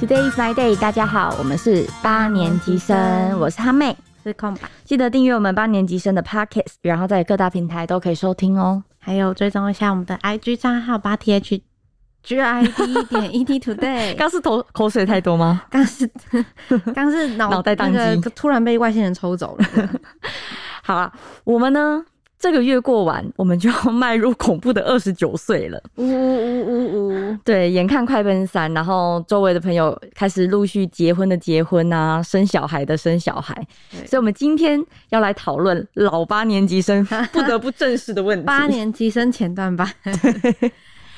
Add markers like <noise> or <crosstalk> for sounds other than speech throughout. Today is my day，大家好，我们是八年级生，我是哈妹。是空白，记得订阅我们八年级生的 Podcast，然后在各大平台都可以收听哦。还有追踪一下我们的 IG 账号八 T H G I D 点 E T <laughs> Today。刚是头口水太多吗？刚是刚是脑脑袋宕机那个突然被外星人抽走了。好啊，我们呢这个月过完，我们就要迈入恐怖的二十九岁了。呜呜呜呜呜！对，眼看快奔三，然后周围的朋友开始陆续结婚的结婚啊，生小孩的生小孩，对所以我们今天要来讨论老八年级 <laughs> 生不得不正视的问题。八年级生前段 <laughs> 吧，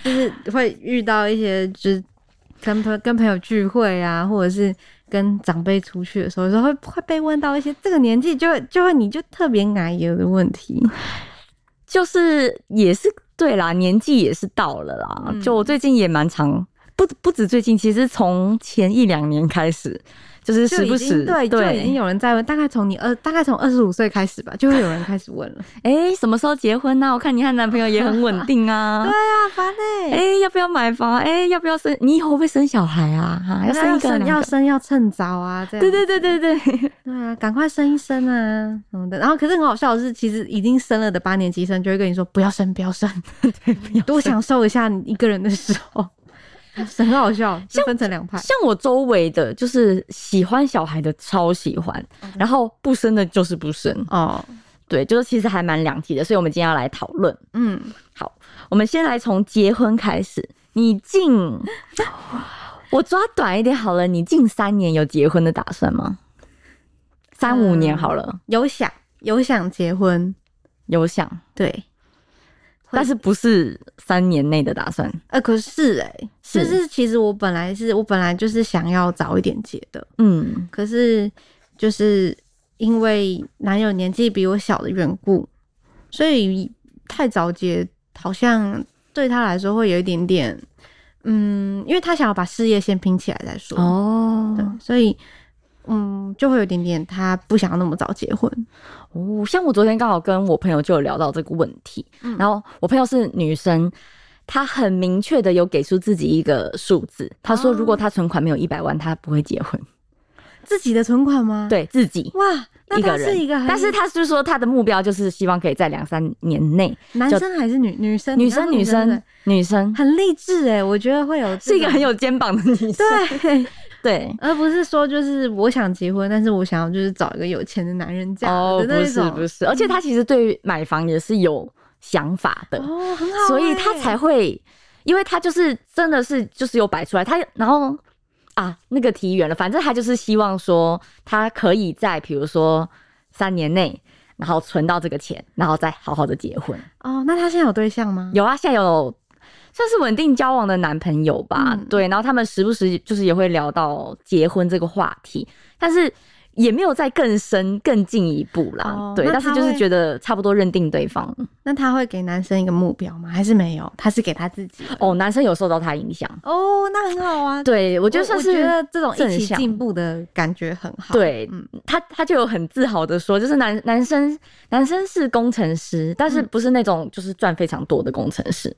就是会遇到一些就是跟朋跟朋友聚会啊，或者是跟长辈出去的时候，有时候会会被问到一些这个年纪就会就会你就特别奶油的问题。就是也是对啦，年纪也是到了啦。嗯就我最近也蛮常，不不止最近，其实从前一两年开始，就是就时不已时经对，就已经有人在问，大概从你二，大概从二十五岁开始吧，就会有人开始问 <laughs> 了。哎、什么时候结婚呢、啊我看你和男朋友也很稳定啊。 <laughs> 对啊，烦哎、哎、要不要买房？哎、要不要生？你以后会不会生小孩啊？哈、要生要一个生两要个？生要趁早啊，这样对对对对 <laughs> 对，对啊，赶快生一生啊什么的。然后可是很好笑的是，其实已经生了的八年级生就会跟你说不要生，不要生， <laughs> 多享受一下你一个人的时候， <laughs> 很好笑，就分成两派。像我周围的，就是喜欢小孩的超喜欢，嗯然后不生的就是不生，哦，对，就是其实还蛮两极的，所以我们今天要来讨论。嗯，好，我们先来从结婚开始。你近， <laughs> 我抓短一点好了。你近三年有结婚的打算吗？三啊五年好了，嗯有想有想结婚，有想，对，会但是不是三年内的打算？呃，可是哎、是就是其实我本来是我本来就是想要早一点结的，嗯，可是就是因为男友年纪比我小的缘故，所以太早结好像对他来说会有一点点，嗯，因为他想要把事业先拼起来再说，哦对，所以嗯，就会有一点点他不想要那么早结婚，哦，像我昨天刚好跟我朋友就有聊到这个问题，嗯然后我朋友是女生，她很明确的有给出自己一个数字，她说哦如果她存款没有一百万，她不会结婚，自己的存款吗？，对自己。哇，那一个他是人，一个很，但是他是说他的目标就是希望可以在两三年内，男就生还是女女生？女你刚生刚说女对生女生很励志哎，我觉得会有这是一个种很有肩膀的女生，对， <laughs> 对而不是说就是我想结婚，但是我想要就是找一个有钱的男人嫁哦的，那不一种是不是，而且他其实对于买房也是有想法的，哦，很好欸，所以他才会，因为他就是真的是就是有摆出来，他然后啊那个提远了，反正他就是希望说他可以在比如说三年内。然后存到这个钱，然后再好好的结婚。哦，那他现在有对象吗？有啊，现在有算是稳定交往的男朋友吧，嗯对。然后他们时不时就是也会聊到结婚这个话题，但是也没有再更深、更进一步啦，哦对。那但是他就是会觉得差不多认定对方。那他会给男生一个目标吗？还是没有？他是给他自己的哦，男生有受到他影响，哦，那很好啊。，对我我觉得算我觉是得这种一正起向进步的感觉很好。对嗯，他，他就有很自豪的说，就是男男生男生是工程师，但是嗯不是那种就是赚非常多的工程师、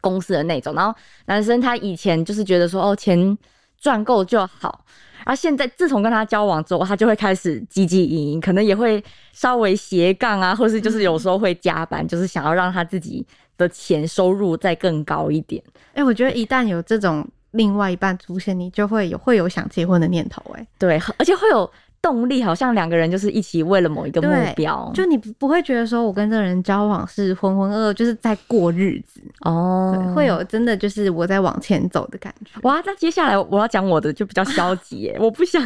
公司的那种。然后男生他以前就是觉得说，哦，钱赚够就好。而现在自从跟他交往之后，他就会开始积极营营，可能也会稍微斜杠啊，或是就是有时候会加班，就是想要让他自己的钱收入再更高一点。哎，我觉得一旦有这种另外一半出现，你就会有会有想结婚的念头。哎，对，而且会有动力，好像两个人就是一起为了某一个目对标，就你不不会觉得说我跟这个人交往是浑浑噩噩，就是在过日子。哦对，会有真的就是我在往前走的感觉。哇，那接下来我要讲我的就比较消极耶，我不想，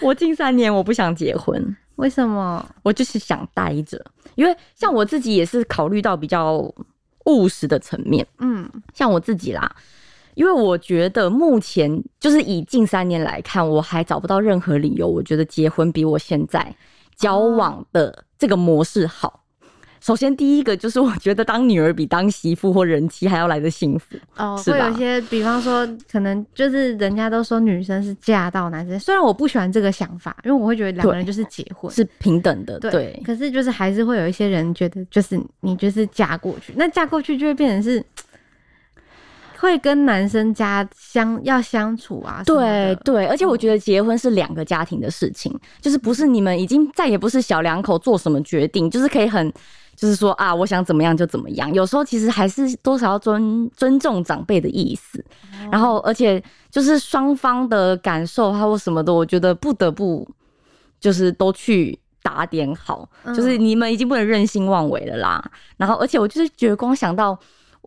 我近三年我不想结婚，为什么？我就是想待着，因为像我自己也是考虑到比较务实的层面，嗯，像我自己啦，因为我觉得目前就是以近三年来看，我还找不到任何理由，我觉得结婚比我现在交往的这个模式好。首先，第一个就是我觉得当女儿比当媳妇或人妻还要来的幸福。哦，是会吧有一些，比方说，可能就是人家都说女生是嫁到男生，虽然我不喜欢这个想法，因为我会觉得两个人就是结婚。是平等的，对，对可是就是还是会有一些人觉得，就是你就是嫁过去，那嫁过去就会变成是会跟男生家相要相处啊什么的，对对，而且我觉得结婚是两个家庭的事情，就是不是你们已经再也不是小两口做什么决定，就是可以很。就是说啊，我想怎么样就怎么样。有时候其实还是多少要尊尊重长辈的意思，哦然后而且就是双方的感受还有什么的，我觉得不得不就是都去打点好，嗯就是你们已经不能任性妄为了啦。然后而且我就是觉得光想到。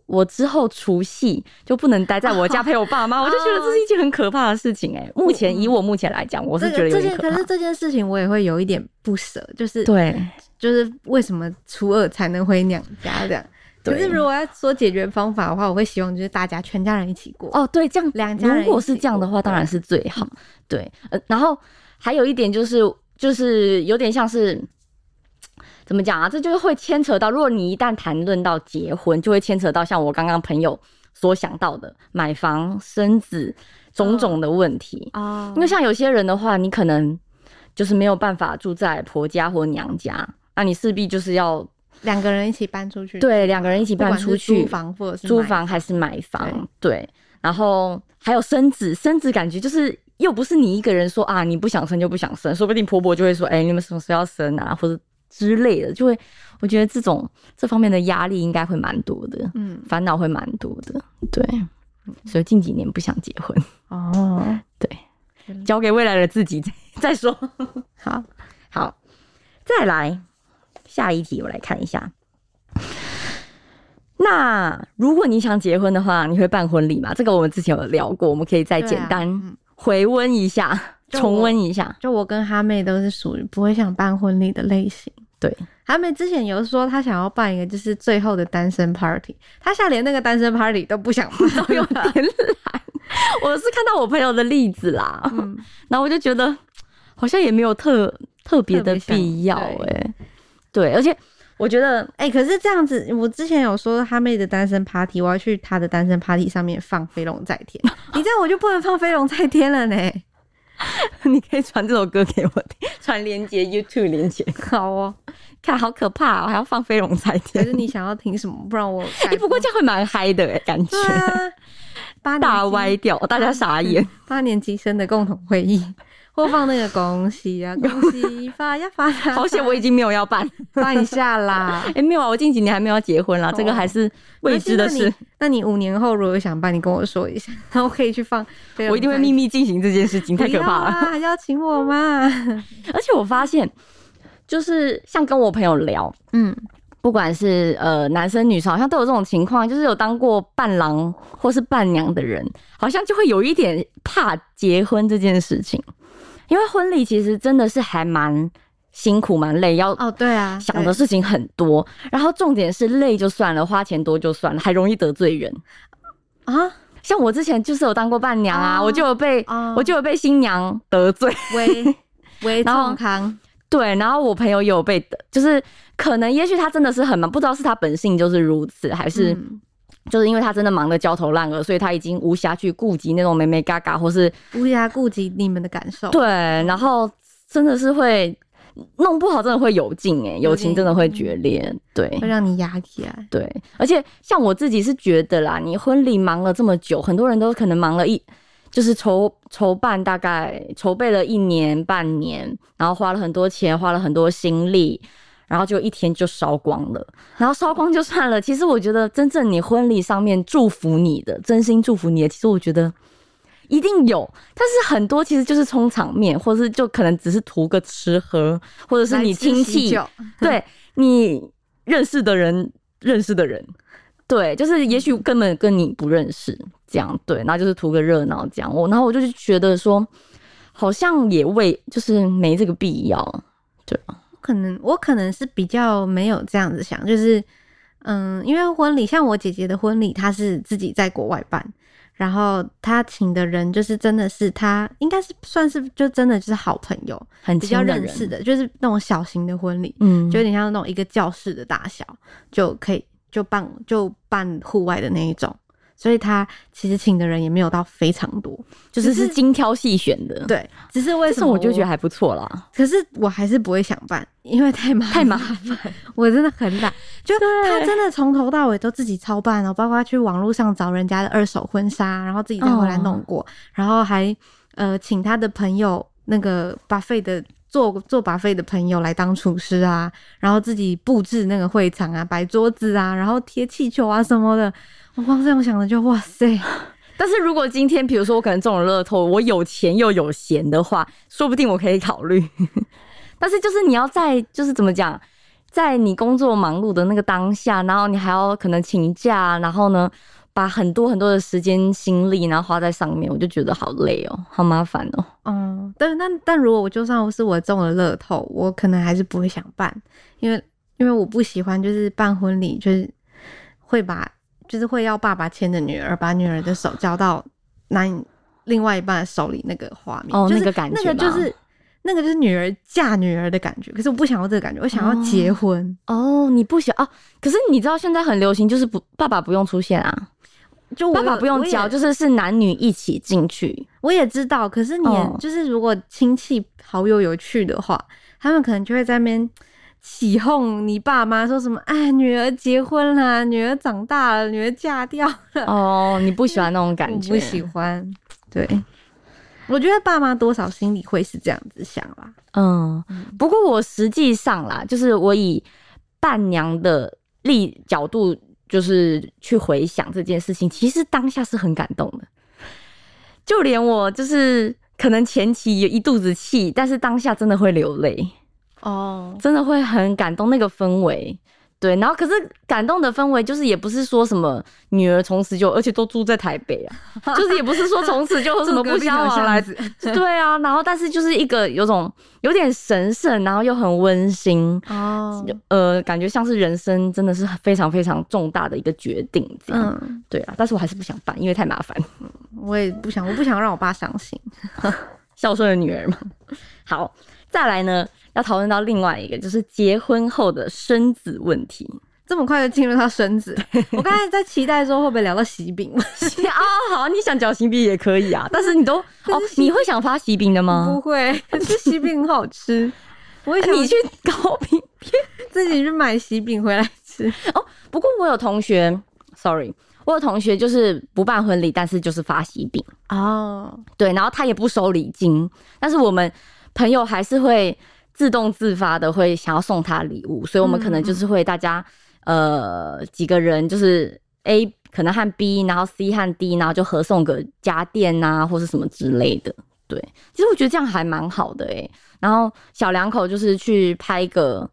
我之后除夕就不能待在我家陪我爸妈，我就觉得这是一件很可怕的事情哎、目前以我目前来讲，我是这觉得个有这点件可可怕是。这件事情我也会有一点不舍，就是对，就是为什么初二才能回娘家这样。可对是如果要说解决方法的话，我会希望就是大家全家人一起过。哦，对，这样两家人如果一起是这样的过话，当然是最好。对，呃，然后还有一点就是，就是有点像是。怎么讲啊？这就是会牵扯到，如果你一旦谈论到结婚，就会牵扯到像我刚刚朋友所想到的买房、生子种种的问题。哦因为像有些人的话，你可能就是没有办法住在婆家或娘家，那你势必就是要两个人一起搬出去，，对两个人一起不管搬是出去，租房或者是租买房还是买房，对，然后还有生子，生子感觉就是又不是你一个人说啊，你不想生就不想生，说不定婆婆就会说，哎、你们什么时候要生啊，或者之类的，就会，我觉得这种这方面的压力应该会蛮多的，嗯烦恼会蛮多的，对，所以近几年不想结婚，哦交给未来的自己再再说。好好，再来下一题，我来看一下。那如果你想结婚的话，你会办婚礼吗？这个我们之前有聊过，我们可以再对啊简单嗯回温一下， <laughs> 就我重温一下。就我跟哈妹都是属于不会想办婚礼的类型。对，哈妹之前有说她想要办一个就是最后的单身 party，她现在连那个单身 party 都不想办， <laughs> 都有点懒，我是看到我朋友的例子啦， <laughs> 嗯，然后我就觉得好像也没有特特别特的别想必要哎、对对，而且我觉得哎、可是这样子，我之前有说哈妹的单身 party，我要去她的单身 party 上面放《飞龙在 <laughs> 天》，你这样我就不能放《飞龙在天》了呢。 <laughs> 你可以传这首歌给我听，传连接 YouTube 连接，好哦， <laughs> 看好可怕、哦，还要放飞龙在可天。<laughs> 是你想要听什么？不然我哎哎、不过这样会蛮嗨的哎、感觉、对啊，八年 <laughs> 级大歪掉，大家傻 <laughs> 眼。八年级生的共同回忆，或放那个恭喜啊恭喜发呀发呀，好险我已经没有要 <laughs> 办，放一下啦哎、。没有啊，我近几年还没有要结婚哦啦，这个还是 <laughs> 未知的那事你，那你五年后如果有想办，你跟我说一下，然后可以去放。我一定会秘密，密进行这件事情，太可怕了。了！啊邀请 <laughs> 我嘛？而且我发现，就是像跟我朋友聊，嗯，不管是呃男生女生，好像都有这种情况，就是有当过伴郎或是伴娘的人，好像就会有一点怕结婚这件事情，因为婚礼其实真的是还蛮辛苦、蛮累，要哦，对啊，想对的事情很多，然后重点是累就算了，花钱多就算了，还容易得罪人。啊，像我之前就是有当过伴娘啊，哦我就有被、哦我就有被新娘得罪， <laughs> 微微然后健康，对，然后我朋友也有被得，就是可能也许他真的是很忙，不知道是他本性就是如此，还是、嗯就是因为他真的忙得焦头烂额，所以他已经无暇去顾及那种美美嘎嘎或是无暇顾及你们的感受。对，然后真的是会弄不好，真的会有劲哎、友情真的嗯会决裂，对，会让你压啊起来。对，而且像我自己是觉得啦，你婚礼忙了这么久，很多人都可能忙了一，就是筹筹办大概筹备了一年半年，然后花了很多钱，花了很多心力，然后就一天就烧光了，然后烧光就算了。其实我觉得，真正你婚礼上面祝福你的，真心祝福你的，其实我觉得。一定有，但是很多其实就是充场面，或是就可能只是图个吃喝，或者是来你吃亲喜戚酒 <laughs> 对你认识的人，认识的人，对，就是也许根本跟你不认识，这样对，然后就是图个热闹这样。我然后我就觉得说，好像也为就是没这个必要，对吧？可能我可能是比较没有这样子想，就是嗯，因为婚礼像我姐姐的婚礼，她是自己在国外办，然后她请的人就是真的是她应该是算是就真的就是好朋友，很比亲较的认人识，的，就是那种小型的婚礼，嗯，就就有点像那种一个教室的大小就可以就办就办户外的那一种。所以他其实请的人也没有到非常多。就是只是是精挑细选的。，对，只是为这什种么我就觉得还不错啦。可是我还是不会想办，因为太麻太麻烦， <laughs> 我真的很懒。就他真的从头到尾都自己操办哦，包括去网络上找人家的二手婚纱，然后自己再回来弄过，哦然后还呃请他的朋友那个把费的。做做把费的朋友来当厨师啊，然后自己布置那个会场啊，摆桌子啊，然后贴气球啊什么的，我光这样想的就哇塞，但是如果今天，比如说我可能中了乐透，我有钱又有闲的话，说不定我可以考虑。 <laughs> 但是就是你要在，就是怎么讲，在你工作忙碌的那个当下，然后你还要可能请假，然后呢，把很多很多的时间心力，然后花在上面，我就觉得好累哦，好麻烦哦。嗯，但但但如果我就算是我中了乐透，我可能还是不会想办，因为因为我不喜欢就是办婚礼，就是会把就是会要爸爸牵着女儿，把女儿的手交到男另外一半的手里那个画面，哦就是那个感觉那个就吗是那个就是女儿嫁女儿的感觉，可是我不想要这个感觉，我想要结哦婚，哦，你不想哦？可是你知道现在很流行，就是不爸爸不用出现啊，就我爸爸有不用我也教，就是是男女一起进去。我也知道，可是你也、嗯就是如果亲戚好友有去的话，他们可能就会在那边起哄你爸妈，说什么“哎，女儿结婚啦，女儿长大了，女儿嫁掉了”，哦，你不喜欢那种感我觉？不喜欢。对，我觉得爸妈多少心里会是这样子想啦。嗯，不过我实际上啦，就是我以伴娘的立角度，就是去回想这件事情，其实当下是很感动的。就连我就是可能前期有一肚子气，但是当下真的会流泪，哦，真的会很感动那个氛围。对，然后可是感动的氛围就是也不是说什么女儿从此就，而且都住在台北啊，就是也不是说从此就有什么不相往来子？ <laughs> 对啊，然后但是就是一个有种有点神圣，然后又很温馨，哦，呃，感觉像是人生真的是非常非常重大的一个决定这样。嗯，对啊，但是我还是不想办，因为太麻烦。 <laughs> 我也不想，我不想让我爸伤心。孝顺的女儿嘛。 <laughs> 好，再来呢，要讨论到另外一个，就是结婚后的生子问 <laughs> 题。这么快就进入到孙子，我刚才在期待说会不会聊到喜饼，啊、好，你想嚼喜饼也可以啊，但是你 <laughs> 都哦，你会想发喜饼的吗不？会，啊这喜饼很好 <laughs> 吃。我也想啊你去搞饼自己去买喜饼回来吃。不过我有同学，sorry，我有同学就是不办婚礼，但是就是发喜饼，哦，对，然后他也不收礼金，但是我们朋友还是会自动自发的会想要送他礼物，所以我们可嗯能就是会大家、呃几个人就是 A 可能和 B，然后 C 和 D，然后就合送个家电啊或是什么之类的。对，其实我觉得这样还蛮好的诶、然后小两口就是去拍个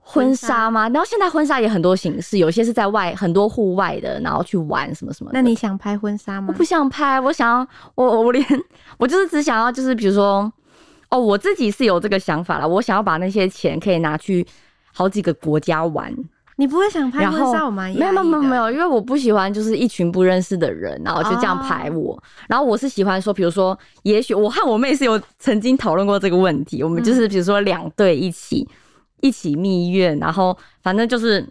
婚婚纱纱吗？然后现在婚纱也很多形式，有些是在外很多户外的，然后去玩什么什么的。那你想拍婚纱我吗？不想拍，我想要我我 <laughs> 我连我就是只想要就是比如说哦，我自己是有这个想法了，我想要把那些钱可以拿去好几个国家玩，你不会想拍然婚后纱？我蛮没有没有没有没有，有，因为我不喜欢就是一群不认识的人，然后就这哦样排我。然后我是喜欢说，比如说，也许我和我妹是有曾经讨论过这个问题，我们嗯就是比如说两队一起、一起蜜月，然后反正就是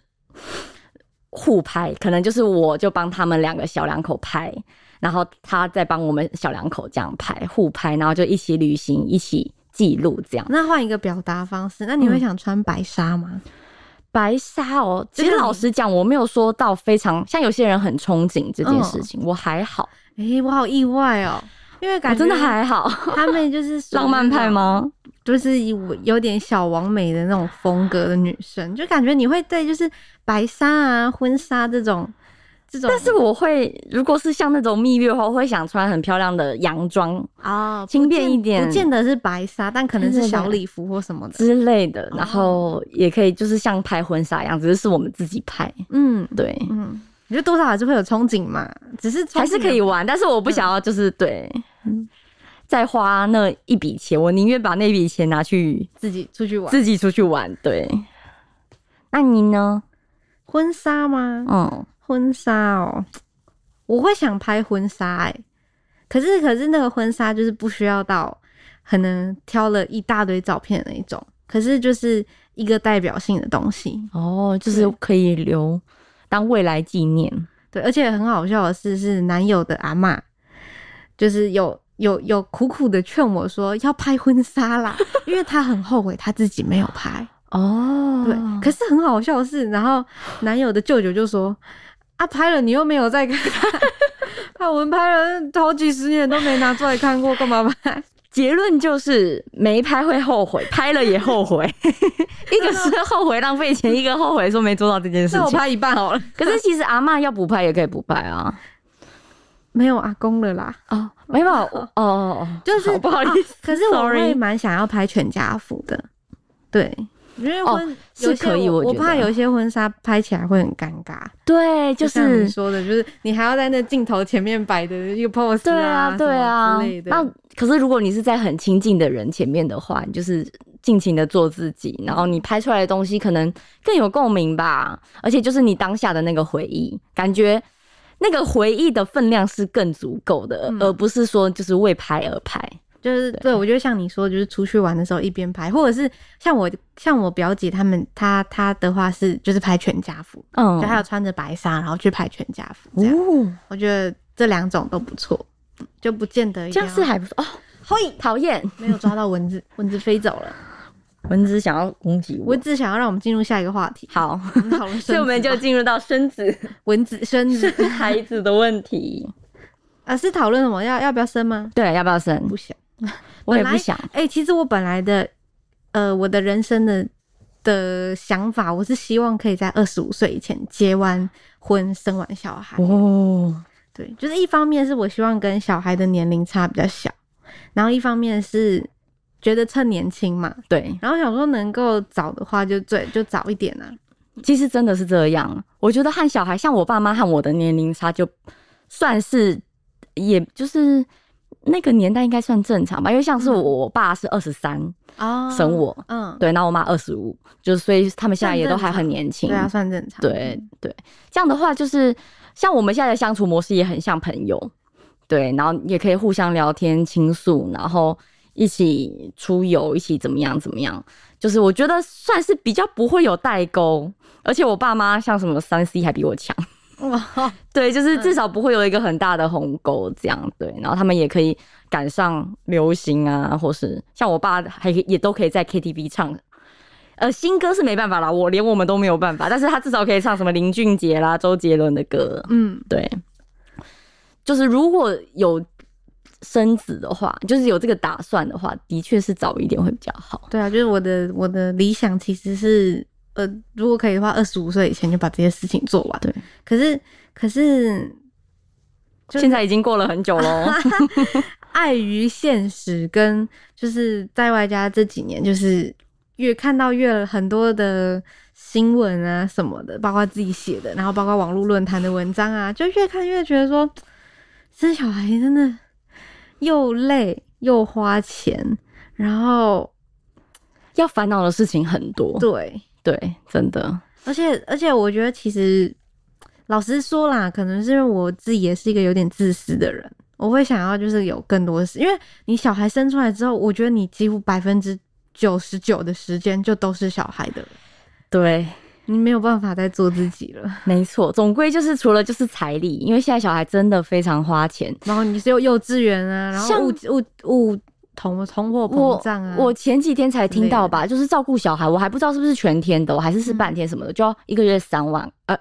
互拍，可能就是我就帮他们两个小两口拍，然后他再帮我们小两口这样拍互拍，然后就一起旅行，一起记录这样。那换一个表达方嗯式，那你会想穿白纱吗？白纱哦，其就实是老你实讲，我没有说到非常像有些人很憧憬这件嗯事情，我还好，诶、我好意外哦，因为我感觉真的还好。他们就是属于浪漫派吗？那种？就是有有点小王美的那种风格的女生，就感觉你会对就是白纱啊、婚纱这种这种，但是我会，如果是像那种蜜月的话，我会想穿很漂亮的洋装哦，不轻便见一点不见得是白纱，但可能对是对对小礼服或什么的。之类的，哦然后也可以就是像拍婚纱一样，只是是我们自己拍，嗯，对，嗯，你觉得多少还是会有憧憬嘛？只是憧憬还是可以玩，但是我不想要就是对嗯。再花那一笔钱，我宁愿把那笔钱拿去自己出去玩。自己出去玩。对，那你呢？婚纱吗？嗯，婚纱哦，我会想拍婚纱哎、可是可是那个婚纱就是不需要到可能挑了一大堆照片的那一种，可是就是一个代表性的东西。哦，就是对可以留当未来纪念。对对，而且很好笑的是，是男友的阿嬷，就是有有有苦苦的劝我说要拍婚纱啦，因为她很后悔她自己没有拍。哦对，可是很好笑的是，然后男友的舅舅就说：“啊，拍了你又没有再看， <laughs> 拍文拍了好几十年都没拿出来看过，干嘛拍？结论就是没拍会后悔，拍了也后悔。 <laughs> 一个是后悔浪费钱，一个后悔说没做到这件事那我情。拍一半好了，可是其实阿嬷要不拍也可以不拍啊。没有阿公了啦。”哦，没办法，哦哦哦，就是啊好不好意思，可是我 Sorry 会蛮想要拍全家福的，对，因为哦婚、是有些可以我我觉怕得有些婚纱拍起来会很尴尬，对，就像你是说的，就是你还要在那镜头前面摆的一个 pose 对啊，对什啊么之类。的。那可是如果你是在很亲近的人前面的话，你就是尽情的做自己，然后你拍出来的东西可能更有共鸣吧，而且就是你当下的那个回忆，感觉那个回忆的分量是更足够的，嗯而不是说就是为拍而拍。就是对我觉得像你说，就是出去玩的时候一边拍，或者是像我像我表姐他们，她她的话是就是拍全家福，嗯就，还有穿着白纱然后去拍全家福这样，哦，我觉得这两种都不错，就不见得一这定样要是还不错哦。嘿，讨厌，没有抓到蚊子，蚊子飞走 <laughs> 了。蚊子想要攻击我我。只想要让我们进入下一个话题。，好，我们讨论生子吧， <laughs> 所以我们就进入到生子、 <laughs> 蚊子生子孩子的问题。啊，是讨论什么？要要不要生 <laughs> 吗？对，要不要生？不想。我也本不来想。哎、其实我本来的，呃，我的人生的的想法，我是希望可以在二十五岁以前结完婚、生完小孩。哦，对，就是一方面是我希望跟小孩的年龄差比较小，然后一方面是觉得趁年轻嘛，对，然后想说能够早的话就最就早一点啊。其实真的是这样，我觉得和小孩，像我爸妈和我的年龄差，就算是也就是那个年代应该算正常吧，因为像是我、嗯我爸是二十三哦生我，嗯，对，那我妈二十五，就是所以他们现在算也都正还很常年轻，对啊，算正常。对对，这样的话就是像我们现在的相处模式也很像朋友，对，然后也可以互相聊天倾诉，然后一起出游，一起怎么样怎么样，就是我觉得算是比较不会有代沟，而且我爸妈像什么三 C 还比我强，哇，对，就是嗯至少不会有一个很大的鸿沟这样，对，然后他们也可以赶上流行啊，或是像我爸还可以也都可以在 KTV 唱。呃，新歌是没办法啦，我连我们都没有办法，但是他至少可以唱什么林俊杰啦、周杰伦的歌，嗯，对，就是如果有生子的话，就是有这个打算的话，的确是早一点会比较好。对啊，就是我的我的理想其实是，呃，如果可以的话，二十五岁以前就把这些事情做完。对，可是可是就是现在已经过了很久 <laughs> 喽，碍于现实跟就是在外加这几年，就是越看到越很多的新闻啊什么的，包括自己写的，然后包括网络论坛的文章啊，就越看越觉得说，生小孩真的又累又花钱，然后要烦恼的事情很多。对。对，真的，而且而且，我觉得其实老实说啦，可能是因为我自己也是一个有点自私的人，我会想要就是有更多事，因为你小孩生出来之后，我觉得你几乎百分之九十九的时间就都是小孩的了，对，你没有办法再做自己了。没错，总归就是除了就是彩礼，因为现在小孩真的非常花钱。然后你是有幼稚园啊，然后像物物物通通货膨我胀啊，我前几天才听到吧，就是照顾小孩，我还不知道是不是全天的，我哦还是嗯是半天什么的，就要一个月三万，呃，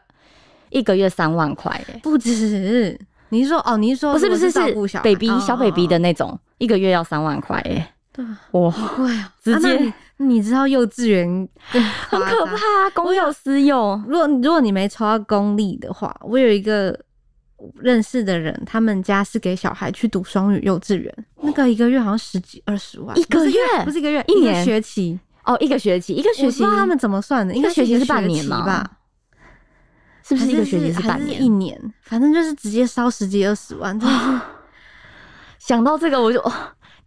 一个月三万块耶、不止。你是说哦？你是说不是如不果是是是照顾小孩 baby 小 baby，的哦那种，一个月要三万块耶、哦哦对啊，哇，好贵啊！直啊那接你你知道幼稚园更 <laughs> 很夸可张怕、啊，公有私有，如果如果你没抽到公立的话，我有一个认识的人，他们家是给小孩去读双语幼稚园，那个一个月好像十几二十万，一个月不是一个月，一个年学期，哦，一个学期，一个学我不期知道他们怎么算的，应该学期一个是半年吗吧？是不还是一个学期是半还年一？年，反正就是直接烧十几二十万，真的 <gasps> 是想到这个我就、哦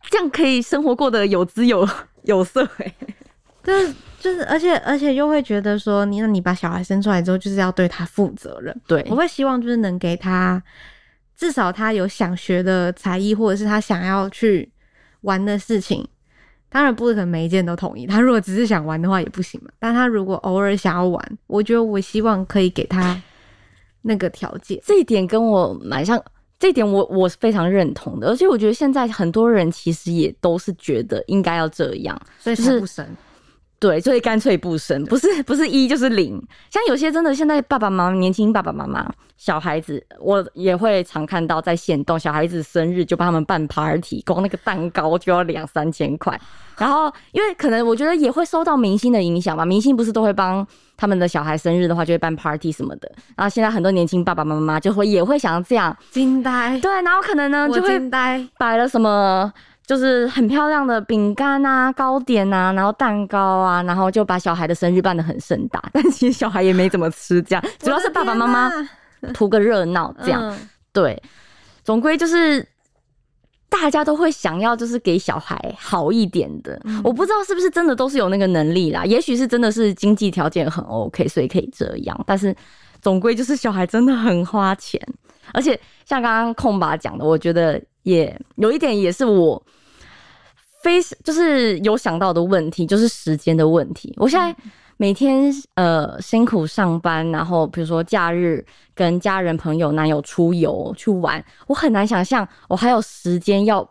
这样可以生活过得有滋有 <laughs> 有色哎、就是就是，而且而且又会觉得说，你那你把小孩生出来之后，就是要对他负责任。对我会希望就是能给他，至少他有想学的才艺，或者是他想要去玩的事情。当然不可能每一件都同意，他如果只是想玩的话也不行嘛。但他如果偶尔想要玩，我觉得我希望可以给他那个条件。这一点跟我蛮像，这一点我我是非常认同的，而且我觉得现在很多人其实也都是觉得应该要这样，所以就才是不生。对，所以干脆不生，不是不是一就是零。像有些真的现在爸爸妈妈年轻爸爸妈妈小孩子，我也会常看到在现动小孩子生日就帮他们办 party，光那个蛋糕就要两三千块。然后因为可能我觉得也会受到明星的影响嘛，明星不是都会帮他们的小孩生日的话就会办 party 什么的。然后现在很多年轻爸爸妈妈就会也会想要这样，惊呆，对，然后可能呢我就会惊呆。摆了什么，就是很漂亮的饼干啊、糕点啊，然后蛋糕啊，然后就把小孩的生日办得很盛大， <laughs> 但其实小孩也没怎么吃，这样主要是爸爸妈妈图个热闹这样。啊嗯对，总归就是大家都会想要，就是给小孩好一点的。我不知道是不是真的都是有那个能力啦，也许是真的是经济条件很 OK，所以可以这样。但是总归就是小孩真的很花钱，而且像刚刚空爸讲的，我觉得也有一点也是我。非就是有想到的问题，就是时间的问题。我现在每天呃辛苦上班，然后比如说假日跟家人、朋友、男友出游去玩，我很难想象我还有时间要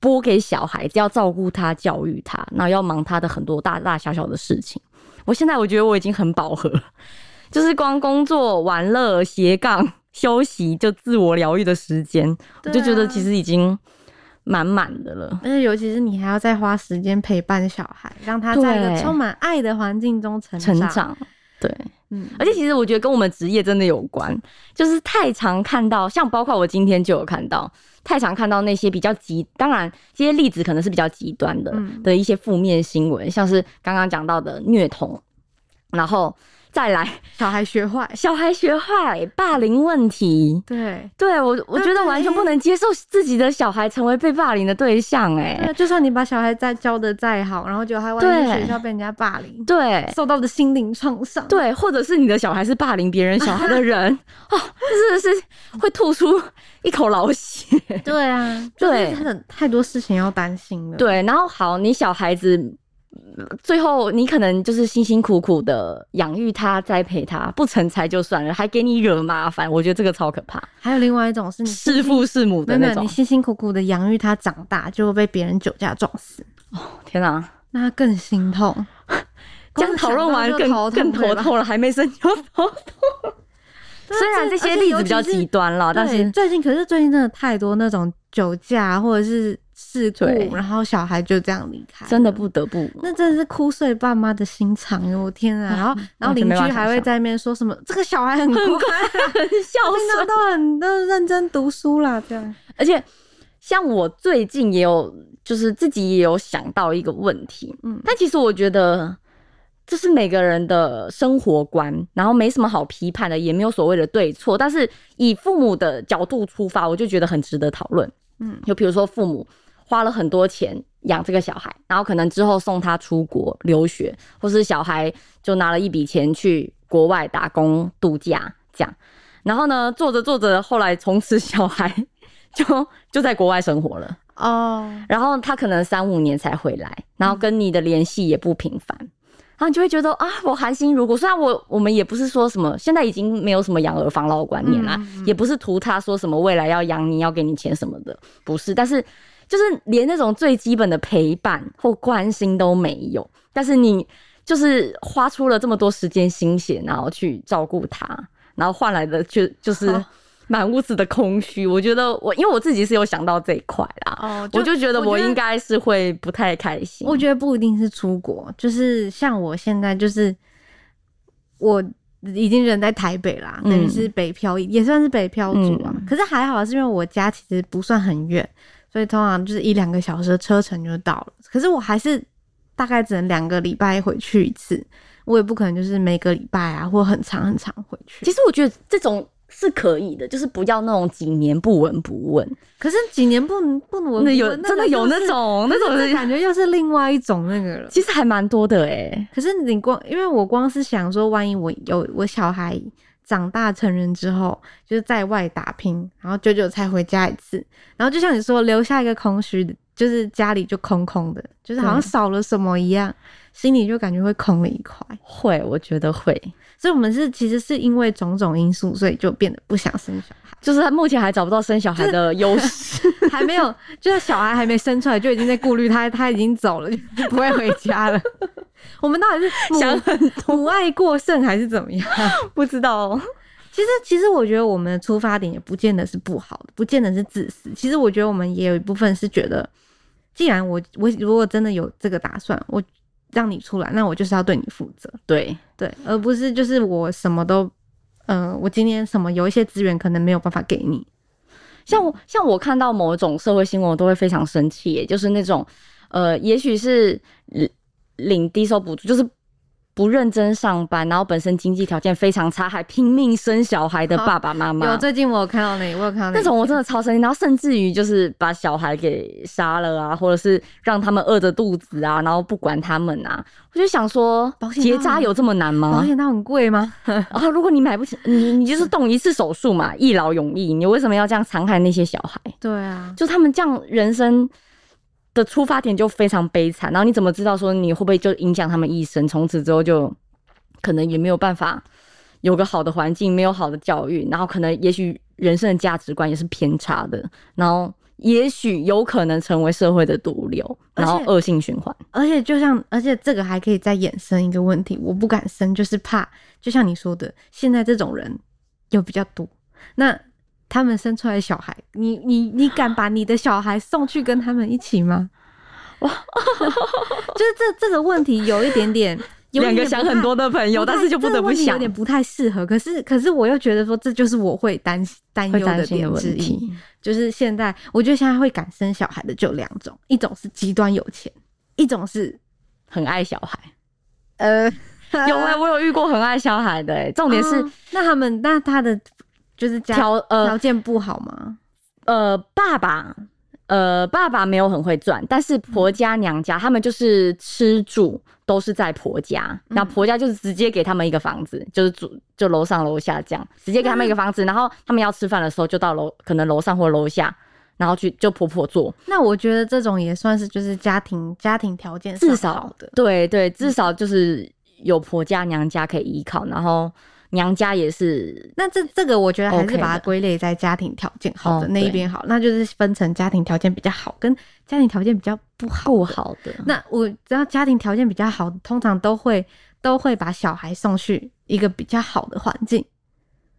拨给小孩子，要照顾他、教育他，然后要忙他的很多大大小小的事情。我现在我觉得我已经很饱和了，就是光工作、玩乐、斜杠、休息，就自我疗愈的时间，我就觉得其实已经满满的了。而且尤其是你还要再花时间陪伴小孩，让他在一个对充满爱的环境中成成长，对。嗯，而且其实我觉得跟我们职业真的有关，就是太常看到，像包括我今天就有看到，太常看到那些比较极，当然这些例子可能是比较极端的、嗯的一些负面新闻，像是刚刚讲到的虐童，然后再来 <laughs> 小孩学坏，小孩学坏、霸凌问题。对，对我，我觉得完全不能接受自己的小孩成为被霸凌的对象、对哎，啊，就算你把小孩再教的再好，然后结果他万一在对学校被人家霸凌，对，受到的心灵创伤，对，或者是你的小孩是霸凌别人小孩的 <laughs> 人哦，真的是会吐出一口老 <laughs> 血。对啊，对就是很太多事情要担心了，，对，然后好，你小孩子呃最后你可能就是辛辛苦苦的养育他、栽培他，不成才就算了，还给你惹麻烦，我觉得这个超可怕，还有另外一种是你弑父弑母没的嗯有没那有，种你。辛辛苦苦的养育他长大，结果被别人酒驾撞死，天哪、那他更心痛。 <laughs> 这样讨论完更光想更到头就 <laughs> 头痛对吧，痛了，还没生就头痛。对啊虽然这些例子比较极。端了，而且尤但其是对是最近可是最近真的太多那种酒驾或者是事故对，然后小孩就这样离开，真的。不得 <laughs> 不那真的是哭碎爸妈的心肠哟！我天啊，然后然嗯完全后邻没居办法还会想在那边说什么这个小 <laughs> 孩很乖，很孝 <laughs> 平常顺。都很都认真读书啦，这样。而且像我最近也有，就是自己也有想到一个问题，嗯但其实我觉得这是每个人的生活观，然后没什么好批判的，也没有所谓的对错，但是以父母的角度出发，我就觉得很值得讨论。嗯，就比如说父母花了很多钱养这个小孩，然后可能之后送他出国留学，或是小孩就拿了一笔钱去国外打工度假这样。然后呢，做着做着，后来从此小孩就就在国外生活了。哦，然后他可能三五年才回来，然后跟你的联系也不频繁，然后你就会觉得啊，我含辛茹苦。虽然我我们也不是说什么，现在已经没有什么养儿防老观念啦，嗯也不是图他说什么未来要养你要给你钱什么的，不是。但是就是连那种最基本的陪伴或关心都没有，但是你就是花出了这么多时间心血，然后去照顾他，然后换来的却就是好。满屋子的空虚，我觉得我因为我自己是有想到这一块啦，哦我就觉得我应。该是会不太开心。我觉得不一定是出国，就是像我现在就是我已经人在台北啦，嗯等于是北漂，也算是北漂族啊。嗯可是还好，是因为我家其实不算很远，所以通常就是一两个小时的车程就到了。可是我还是大概只能两个礼拜回去一次，我也不可能就是每个礼拜啊，或很长很长回去。其实我觉得这种是可以的，就是不要那种几年不闻不问。可是几年不能不能闻，那有闻真的有那 <laughs> 种那种就是感觉又是另外一种那个了。其实还蛮多的哎、可是你光，因为我光是想说，万一我有我小孩长大成人之后，就是在外打拼，然后久久才回家一次，然后就像你说，留下一个空虚的，就是家里就空空的，就是好像对少了什么一样。心里就感觉会空了一块。会，我觉得会，所以我们是其实是因为种种因素，所以就变得不想生小孩，就是他目前还找不到生小孩的优势。还没有，就是小孩还没生出来就已经在顾虑他，他已经走了，就不会回家了。 <laughs> 我们到底是母想母爱过剩还是怎么样？ <laughs> 不知道哦，其实，其实我觉得我们的出发点也不见得是不好的，不见得是自私。其实我觉得我们也有一部分是觉得，既然我我如果真的有这个打算，我让你出来，那我就是要对你负责，对，对，而不是就是我什么都，呃，我今天什么有一些资源可能没有办法给你，像我像我看到某种社会新闻，我都会非常生气耶，就是那种呃，也许是领领低收补助，就是不认真上班，然后本身经济条件非常差，还拼命生小孩的爸爸妈妈。哦有最近我有看到那，我有看到那那种我真的超生气，然后甚至于就是把小孩给杀了啊，或者是让他们饿着肚子啊，然后不管他们啊，我就想说保，险结套扎有这么难保吗？险它很贵吗？然后如果你买不起，你你就是动一次手术嘛，一劳永逸，你为什么要这样残害那些小孩？对啊，就他们这样人生的出发点就非常悲惨，然后你怎么知道说你会不会就影响他们一生？从此之后就可能也没有办法有个好的环境，没有好的教育，然后可能也许人生的价值观也是偏差的，然后也许有可能成为社会的毒瘤，而然且后恶性循环。而且就像，而且这个还可以再衍生一个问题，我不敢生，就是怕，就像你说的，现在这种人又比较多，那他们生出来的小孩，你你你敢把你的小孩送去跟他们一起吗？哇， <laughs> 就是这这个问题有一 <laughs> 点点，有一两点个不想太很多的朋友，不太但是就不得这个不问题想有点不太适合。可是可是我又觉得说，这就是我会担心担会忧担的心的点问之一。题。就是现在，我觉得现在会敢生小孩的就两种，一种是极端有钱，一种是很爱小孩，呃，有哎、我有遇过很爱小孩的、欸，重点是哦那他们那他的就是家条呃条件不好吗？呃，爸爸，呃，爸爸没有很会赚，但是婆家娘家他们就是吃住都是在婆家，那、婆家就是直接给他们一个房子，就是住就楼上楼下这样，直接给他们一个房子，然后他们要吃饭的时候就到楼可能楼上或楼下，然后去就婆婆做，那我觉得这种也算是就是家庭家庭条件至上少好的，对对，至少就是有婆家娘家可以依靠，然后娘家也是那这这个我觉得还 OK 是的把它归类在家庭条件好的哦那一边好，那就是分成家庭条件比较好跟家庭条件比较不好不的。好的，那我知道家庭条件比较好的，通常都会都会把小孩送去一个比较好的环境。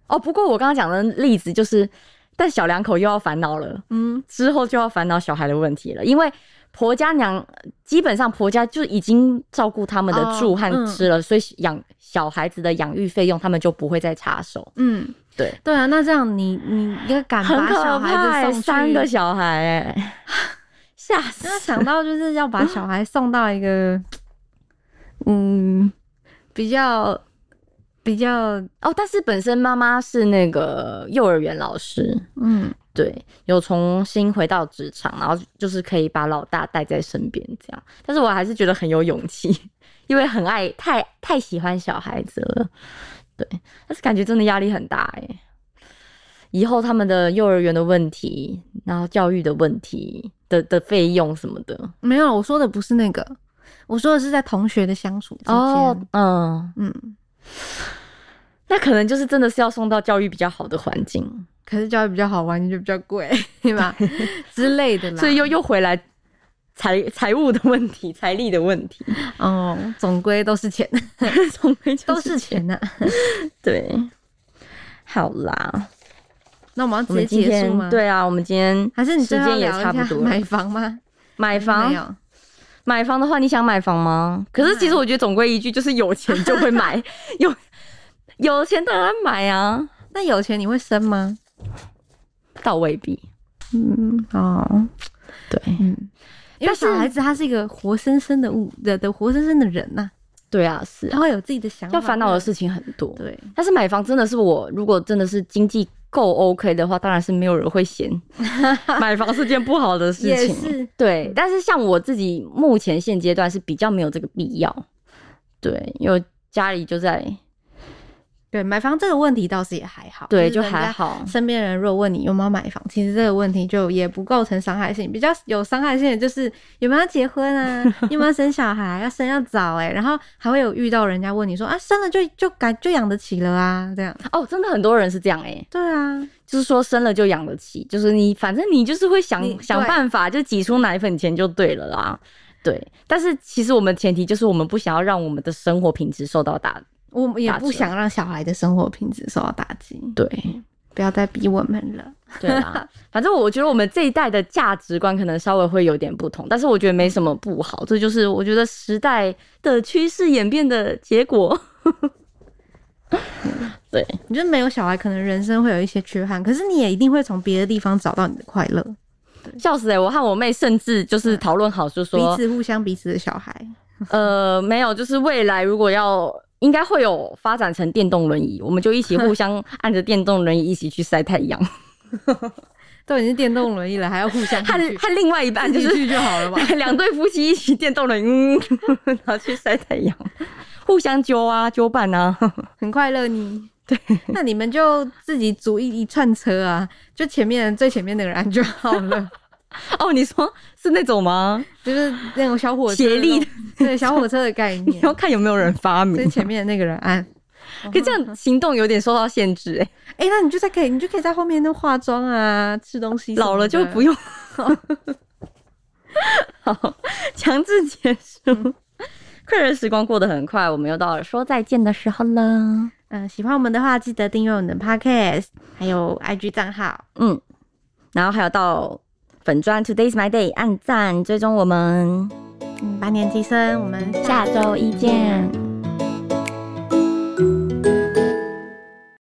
哦，不过我刚刚讲的例子就是，但小两口又要烦恼了，嗯，之后就要烦恼小孩的问题了，因为婆家娘基本上婆家就已经照顾他们的哦住和嗯吃了，所以养小孩子的养育费用他们就不会再插手。嗯，对，对啊，那这样你你一个敢很把可小怕、孩欸，子送去三个小孩、 <laughs> 欸，吓死！那想到就是要把小孩送到一 <laughs> 个，嗯，比较比较，哦，但是本身妈妈是那个幼儿园老师，嗯，对，有重新回到职场，然后就是可以把老大带在身边这样。但是我还是觉得很有勇气，因为很爱太太喜欢小孩子了，对。但是感觉真的压力很大哎、以后他们的幼儿园的问题，然后教育的问题的的费用什么的，没有，我说的不是那个，我说的是在同学的相处之间，哦，嗯，嗯，那可能就是真的是要送到教育比较好的环境，可是教育比较好玩就比较贵， <laughs> 对 <laughs> 吧？之类的啦，所以又又回来财财务的问题、财力的问题，哦，总归都 <laughs> 是钱，从来就都是钱啊呐、对，好啦，那我们我要们直今接结束吗？天，对啊，我们今天还是你时最后间也聊一差不下多了买房吗？买没房，有，买房的话，你想买房吗？可是其实我觉得总归一句就是有钱就会 <laughs> 买，有有钱当然买啊，那有钱你会生吗？倒未必。嗯，哦，对嗯，因为但是小孩子他是一个活生生的物的的活生生的人呐、对啊，是啊他会有自己的想法，要烦恼的事情很多。对，但是买房真的是我，如果真的是经济够 OK 的话，当然是没有人会 <laughs> 嫌买房是件不好的事也情。是对，但是像我自己目前现阶段是比较没有这个必要，对，因为家里就在对，买房这个问题倒是也还好，对，是就人家还好。 <laughs> 身边人如果问你有没有买房，其实这个问题就也不构成伤害性，比较有伤害性的就是有没有要结婚 <laughs> 啊，有没有生小孩，啊要生要早哎、然后还会有遇到人家问你说啊，生了就就感就养得起了啊，这样。哦，真的很多人是这样哎、对啊，就是说生了就养得起，就是你反正你就是会你想想对办法，就挤出奶粉钱就对了啦。对，但是其实我们前提就是我们不想要让我们的生活品质受到打我们也打不折想让小孩的生活品质受到打击，对不要再逼我们了。对 <laughs> 啦。反正我觉得我们这一代的价值观可能稍微会有点不同，但是我觉得没什么不好，这就是我觉得时代的趋势演变的结果。对，你觉得没有小孩，可能人生会有一些缺憾，可是你也一定会从别的地方找到你的快乐。笑死哎、我和我妹甚至就是讨论好，就彼说此互相彼此的小孩，呃，没有，就是未来如果要应该会有发展成电动轮椅，我们就一起互相按着电动轮椅一起去晒太 <laughs> 阳。都已经电动轮椅了，还要互 <laughs> 相和进去和另外一半就进去是就好了吧？ <laughs> 两对夫妻一起电动轮椅，嗯然后去晒太 <laughs> 阳，互相揪啊揪伴啊。 <laughs> <laughs> 很快乐你。对，那你们就自己组一一串车啊，就前面最前面那个人就好 <laughs> 了，哦，你说是那种吗？就是那种小火车协力那种，对小火车的概你 <laughs> 念，要看有没有人发最明。前面的那个人按。可这样行动有点受到限制哎、哎、那你就在可以，你就可以在后面那化妆啊、吃东西什么的。老了就不 <laughs> 用。好，强制结束。 <laughs> 快乐时光过得很快，我们又到了说再见的时候了。嗯，喜欢我们的话，记得订阅我们的 podcast，还有 IG 账号。嗯，然后还有到粉砖 Today's My Day 按赞追踪我们，嗯，八年级生，我们下周一见，